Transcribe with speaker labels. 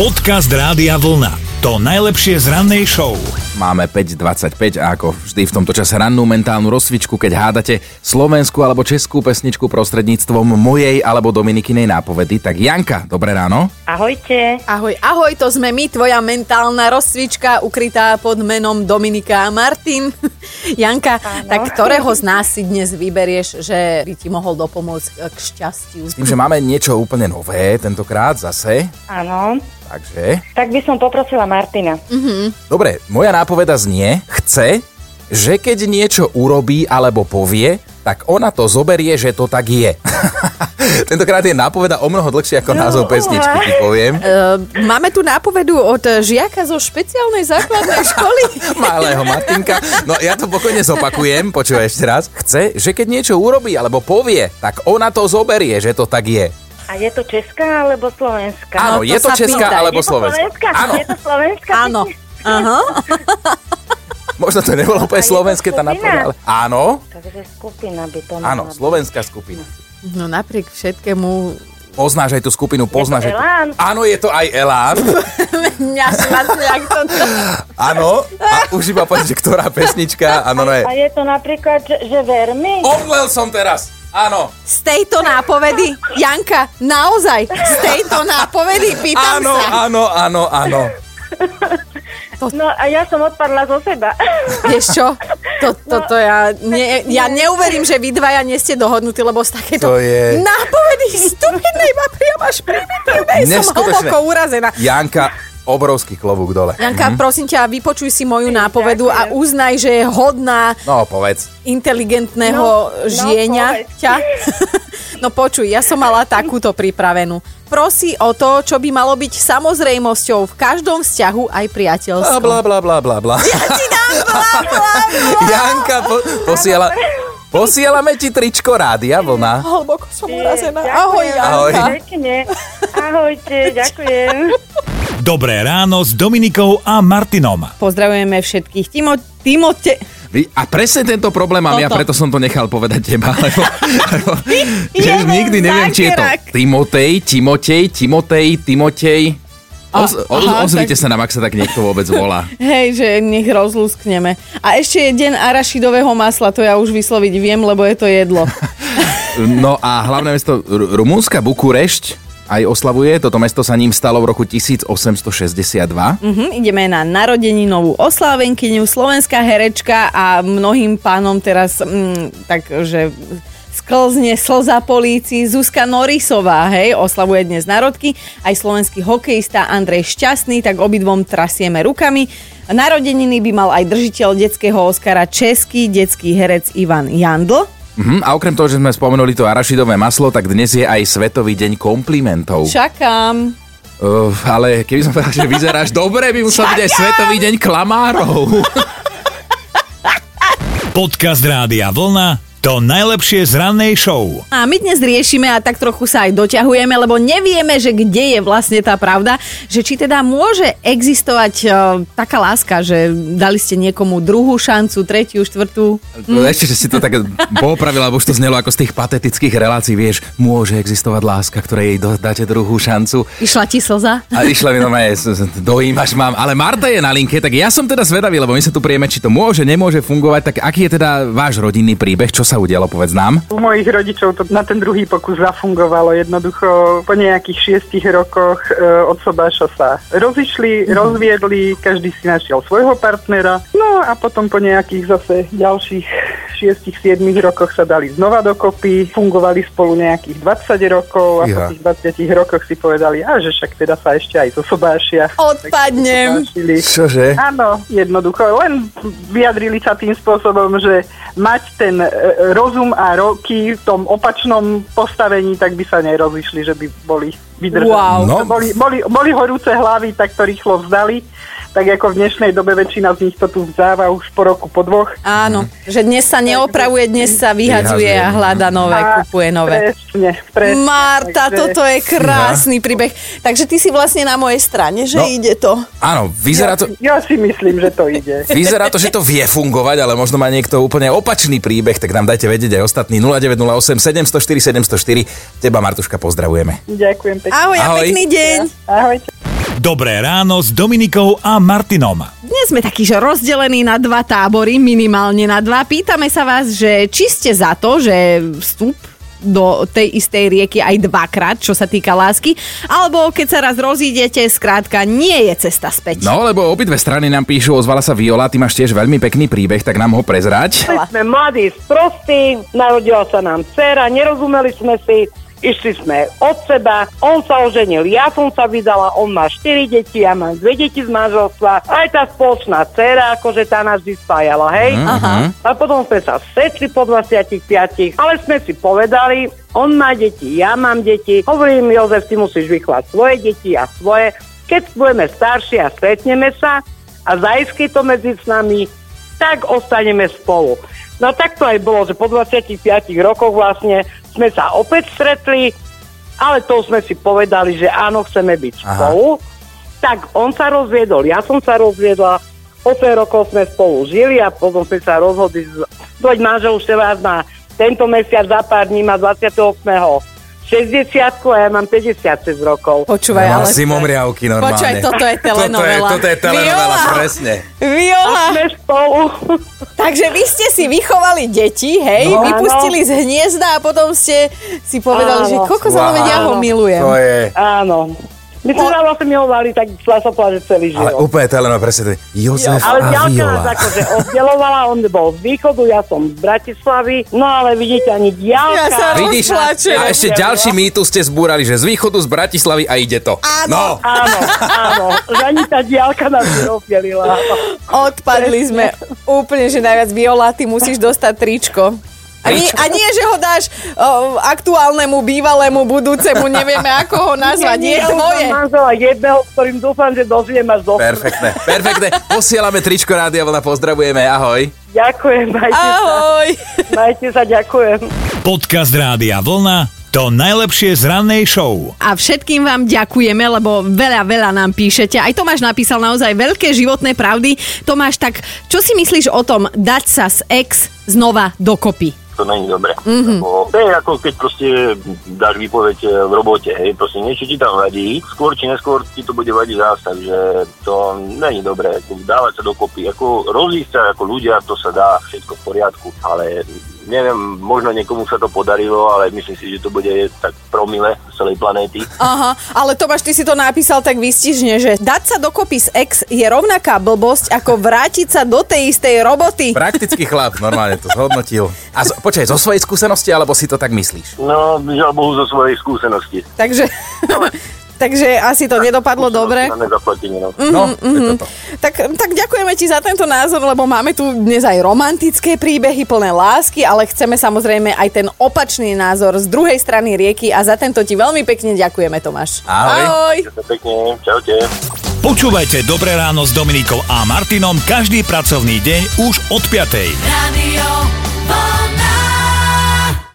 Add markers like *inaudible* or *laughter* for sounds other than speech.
Speaker 1: Podcast Rádia Vlna. To najlepšie z rannej show.
Speaker 2: Máme 5.25 a ako vždy v tomto čase rannú mentálnu rozcvičku, keď hádate slovenskú alebo českú pesničku prostredníctvom mojej alebo Dominikinej nápovedy. Tak Janka, dobré ráno.
Speaker 3: Ahojte.
Speaker 4: Ahoj, ahoj, to sme my, tvoja mentálna rozcvička, ukrytá pod menom Dominika a Martin. *laughs* Janka, Áno. tak ktorého z nás si dnes vyberieš, že by ti mohol dopomôcť k šťastiu? E,
Speaker 2: S tým, že máme niečo úplne nové tentokrát zase.
Speaker 3: Áno.
Speaker 2: Takže,
Speaker 3: Tak by som poprosila Martina.
Speaker 2: dobre, moja nápoveda znie, chce, že keď niečo urobí alebo povie, tak ona to zoberie, že to tak je. *laughs* Tentokrát je nápoveda o mnoho dlhšie ako názov
Speaker 3: uha.
Speaker 2: pesničky, ti poviem.
Speaker 4: Uh, máme tu nápovedu od eh, žiaka zo špeciálnej
Speaker 2: *laughs*
Speaker 4: základnej školy.
Speaker 2: Malého Martinka. No ja to pokojne zopakujem, počúvaj ešte raz. Chce, že keď niečo urobí alebo povie, tak ona to zoberie, že to tak je.
Speaker 3: A je to česká alebo slovenská?
Speaker 4: to
Speaker 2: Áno, je to
Speaker 4: sa
Speaker 2: Česká
Speaker 4: pýtaj.
Speaker 2: alebo
Speaker 3: Je to slovenská?
Speaker 2: Slovenská. Áno,
Speaker 3: Je to slovenská?
Speaker 4: Áno. Aha.
Speaker 2: možno to nebolo úplne
Speaker 3: A je to
Speaker 2: slovenské, tá
Speaker 3: skupina?
Speaker 2: napovedala. Áno,
Speaker 3: Takže skupina by to mala.
Speaker 2: áno, slovenská skupina.
Speaker 4: No napriek všetkému *laughs*
Speaker 2: Poznáš aj tú skupinu, poznáš aj tú...
Speaker 3: Elán?
Speaker 2: Áno, je to aj Elán.
Speaker 4: mňa šmatne, ak to...
Speaker 2: Áno, a už iba povedz, že ktorá pesnička. Áno, no je.
Speaker 3: A je to napríklad, že, že vermi?
Speaker 2: Omlel som teraz. Áno,
Speaker 4: Z tejto nápovedy, Janka, naozaj, z tejto nápovedy, pýtam
Speaker 2: áno,
Speaker 4: sa.
Speaker 2: áno, áno, áno.
Speaker 3: No a ja som odpadla zo seba.
Speaker 4: Vieš čo? To, to, to ja, ne, ja neuverím, že vy dvaja nie ste dohodnutí, lebo z takéto
Speaker 2: To je-
Speaker 4: nápovedy stupidnej ma priam až primitívnej som
Speaker 2: Neskutočné.
Speaker 4: hlboko urazená.
Speaker 2: Janka, obrovský klobúk dole.
Speaker 4: Janka, prosím ťa, vypočuj si moju nápovedu a
Speaker 3: ďakujem.
Speaker 4: uznaj, že je hodná
Speaker 2: No, povedz.
Speaker 4: inteligentného
Speaker 3: No, no,
Speaker 4: žienia
Speaker 3: povedz.
Speaker 4: ťa. *laughs* No počuj, ja som mala takúto pripravenú. Prosí o to, čo by malo byť samozrejmosťou v každom vzťahu aj
Speaker 2: Bla,
Speaker 4: priateľskom.
Speaker 2: bla, bla, bla, bla, bla.
Speaker 4: Ja
Speaker 2: *laughs*
Speaker 4: ti dám bla, bla, bla.
Speaker 2: Janka, po, posiela, posielame ti tričko rádia vlna.
Speaker 4: Hlboko som
Speaker 3: *laughs*
Speaker 4: urazená.
Speaker 3: Ďakujem
Speaker 4: Ahoj, Janka.
Speaker 2: Ahoj.
Speaker 3: Pekne. Ahojte, ďakujem.
Speaker 1: Dobré ráno s Dominikou a Martinom.
Speaker 5: Pozdravujeme všetkých. Timo, Timote...
Speaker 2: Vy- A presne tento problém mám ja,
Speaker 5: Toto.
Speaker 2: preto som to nechal povedať teba,
Speaker 5: *laughs*
Speaker 2: lebo, lebo že už
Speaker 5: Jebem
Speaker 2: nikdy neviem, či je to
Speaker 5: zákerak.
Speaker 2: Timotej, Timotej, Timotej, Timotej. Oz, o,
Speaker 5: aha,
Speaker 2: ozvite
Speaker 5: tak-
Speaker 2: sa nám, ak sa tak niekto vôbec volá.
Speaker 5: Hej, že nech rozlúskneme. A ešte je deň arašidového masla, to ja už vysloviť viem, lebo je to jedlo.
Speaker 2: No a hlavné mesto Ru- Rumúnska, Bukurešť, aj oslavuje. Toto mesto sa ním stalo v roku 1862.
Speaker 5: Mhm, ideme na narodeninovú oslávenkyňu, slovenská herečka a mnohým pánom teraz mm, tak, že sklzne slza po líci. Zuzka Norisová, hej, oslavuje dnes narodky. Aj slovenský hokejista Andrej Šťastný, tak obidvom trasieme rukami. Narodeniny by mal aj držiteľ detského Oscara český detský herec Ivan Jandl.
Speaker 2: Mhm, a okrem toho, že sme spomenuli to arašidové maslo, tak dnes je aj Svetový deň komplimentov.
Speaker 5: Čakám.
Speaker 2: Uh, ale keby som povedal, že vyzeráš dobre, by musel byť aj Svetový deň klamárov.
Speaker 1: Podcast Rádia Vlna. To najlepšie z rannej show.
Speaker 5: A my dnes riešime a tak trochu sa aj doťahujeme, lebo nevieme, že kde je vlastne tá pravda, že či teda môže existovať e, taká láska, že dali ste niekomu druhú šancu, tretiu, štvrtú.
Speaker 2: No, ešte, že si to tak popravila, lebo už to znelo ako z tých patetických relácií, vieš, môže existovať láska, ktorej jej do- dáte druhú šancu.
Speaker 5: Išla ti slza?
Speaker 2: A išla mi normálne, s- s- dojímaš mám. Ale Marta je na linke, tak ja som teda zvedavý, lebo my sa tu prieme, či to môže, nemôže fungovať. Tak aký je teda váš rodinný príbeh, čo sa udialo, povedz nám.
Speaker 6: U mojich rodičov to na ten druhý pokus zafungovalo. Jednoducho po nejakých šiestich rokoch e, od sobáša sa rozišli, rozviedli, každý si našiel svojho partnera. No a potom po nejakých zase ďalších šiestich, siedmich rokoch sa dali znova dokopy, fungovali spolu nejakých 20 rokov a
Speaker 2: Iha.
Speaker 6: po tých 20 rokoch si povedali, a že však teda sa ešte aj zosobášia.
Speaker 5: Odpadnem.
Speaker 6: Zosobášili.
Speaker 2: Čože?
Speaker 6: Áno, jednoducho. Len vyjadrili sa tým spôsobom, že mať ten e, rozum a roky v tom opačnom postavení, tak by sa nerozišli, že by boli vydržali.
Speaker 5: Wow.
Speaker 2: No.
Speaker 6: Boli, boli, boli horúce hlavy, tak to rýchlo vzdali. Tak ako v dnešnej dobe väčšina z nich to tu vzdáva už po roku, po dvoch.
Speaker 5: Áno, že dnes sa neopravuje, dnes sa vyhadzuje a hľada nové, kupuje nové.
Speaker 6: Presne, presne.
Speaker 5: Marta, toto je krásny príbeh. Takže ty si vlastne na mojej strane, že
Speaker 2: No.
Speaker 5: ide to.
Speaker 2: Áno, vyzerá to...
Speaker 6: Ja si myslím, že to
Speaker 5: *laughs*
Speaker 6: ide.
Speaker 2: Vyzerá to, že to vie fungovať, ale možno má niekto úplne opačný príbeh, tak nám dajte vedieť aj ostatní 0908 704 704. Teba, Martuška, pozdravujeme.
Speaker 6: Ďakujem pekne.
Speaker 5: Ahoj, a
Speaker 2: Ahoj.
Speaker 5: pekný deň.
Speaker 6: Ahojte.
Speaker 1: Dobré ráno s Dominikou a Martinom.
Speaker 5: Dnes sme takí, že rozdelení na dva tábory, minimálne na dva. Pýtame sa vás, že či ste za to, že vstup do tej istej rieky aj dvakrát, čo sa týka lásky, alebo keď sa raz rozídete, skrátka nie je cesta späť.
Speaker 2: No, lebo obidve strany nám píšu, ozvala sa Viola, ty máš tiež veľmi pekný príbeh, tak nám ho prezrať.
Speaker 6: Boli sme mladí, sprostí, narodila sa nám dcera, nerozumeli sme si, išli sme od seba, on sa oženil, ja som sa vydala, on má 4 deti, ja mám 2 deti z manželstva, aj tá spoločná dcera, akože tá nás vždy spájala, hej? Aha. A potom sme sa stretli po 25, ale sme si povedali, on má deti, ja mám deti, hovorím Jozef, ty musíš vychovať svoje deti a svoje, keď budeme starší a stretneme sa a zaisky to medzi nami, tak ostaneme spolu. No tak to aj bolo, že po 25 rokoch vlastne sme sa opäť stretli, ale to už sme si povedali, že áno, chceme byť Aha. spolu. Tak on sa rozviedol, ja som sa rozviedla, 8 rokov sme spolu žili a potom sme sa rozhodli, z- dojť manžel už teraz má tento mesiac za pár dní má 28. 60 a ja mám 56 rokov.
Speaker 5: Počúvaj, ale...
Speaker 2: zimomriavky normálne.
Speaker 5: Počúvaj, toto je telenovela.
Speaker 2: Toto je, toto je telenovela,
Speaker 5: Viola!
Speaker 2: presne.
Speaker 5: Viola,
Speaker 6: A sme spolu. *laughs*
Speaker 5: takže vy ste si vychovali deti, hej,
Speaker 2: No.
Speaker 5: vypustili z hniezda a potom ste si povedali,
Speaker 6: Áno.
Speaker 5: že koľko sa
Speaker 2: Wow.
Speaker 5: ja ho milujem.
Speaker 2: To je...
Speaker 6: Áno. My sme sa vlastne milovali, tak sa sa povedať, že celý
Speaker 2: Ale
Speaker 6: život.
Speaker 2: úplne telenovela, presne. to je. Jozef
Speaker 6: Ale
Speaker 2: a
Speaker 6: ďalšia nás
Speaker 2: Viola.
Speaker 6: akože oddelovala, on bol z východu, ja som z Bratislavy, no ale vidíte, ani diálka.
Speaker 5: Ja sa
Speaker 2: Vidíš?
Speaker 5: rozplačem.
Speaker 2: A ešte ďalší mýtus ste zbúrali, že z východu, z Bratislavy a ide to. Áno. No.
Speaker 6: Áno, áno, že ani tá diálka nás nerozdelila.
Speaker 5: Odpadli sme úplne, že najviac Viola, ty musíš dostať tričko. A nie, a nie, že ho dáš o, aktuálnemu, bývalému, budúcemu, nevieme ako ho nazvať, nie
Speaker 6: Ja už
Speaker 5: tvoje.
Speaker 6: Mám manžela jedného, s ktorým dúfam, že dožijem až do
Speaker 2: Perfektné, perfektné. Posielame tričko Rádia Vlna, pozdravujeme, ahoj.
Speaker 6: Ďakujem, majte sa.
Speaker 5: Ahoj.
Speaker 6: Majte sa, ďakujem.
Speaker 1: Podcast Rádia Vlna to najlepšie z rannej show.
Speaker 5: A všetkým vám ďakujeme, lebo veľa, veľa nám píšete. Aj Tomáš napísal naozaj veľké životné pravdy. Tomáš, tak čo si myslíš o tom dať sa z ex znova dokopy?
Speaker 7: to není dobré.
Speaker 3: Mhm.
Speaker 7: Mm-hmm. Lebo to je ako keď proste dáš výpoveď e, v robote, hej, proste niečo ti tam vadí, skôr či neskôr ti to bude vadiť zás, takže to není dobré, ako dávať sa dokopy, ako rozísť sa ako ľudia, to sa dá, všetko v poriadku, ale neviem, možno niekomu sa to podarilo, ale myslím si, že to bude tak promile z celej planéty.
Speaker 3: Aha, ale Tomáš, ty si to napísal tak vystižne, že dať sa dokopy s ex je rovnaká blbosť, ako vrátiť sa do tej istej roboty.
Speaker 2: Praktický chlap, normálne to zhodnotil. A z, počkaj, zo svojej skúsenosti, alebo si to tak myslíš?
Speaker 7: No, žiaľ Bohu zo svojej skúsenosti.
Speaker 3: Takže, *laughs* takže asi to nedopadlo dobre. Mm.
Speaker 7: Na nezaplatenie, no.
Speaker 2: No, je toto.
Speaker 3: Tak, tak ďakujeme ti za tento názor, lebo máme tu dnes aj romantické príbehy plné lásky, ale chceme samozrejme aj ten opačný názor z druhej strany rieky a za tento ti veľmi pekne ďakujeme, Tomáš.
Speaker 2: Ahoj.
Speaker 7: Ďakujem Pekne, čaute.
Speaker 1: Počúvajte Dobré ráno s Dominikou a Martinom každý pracovný deň už od 5.
Speaker 8: Radio Vlna.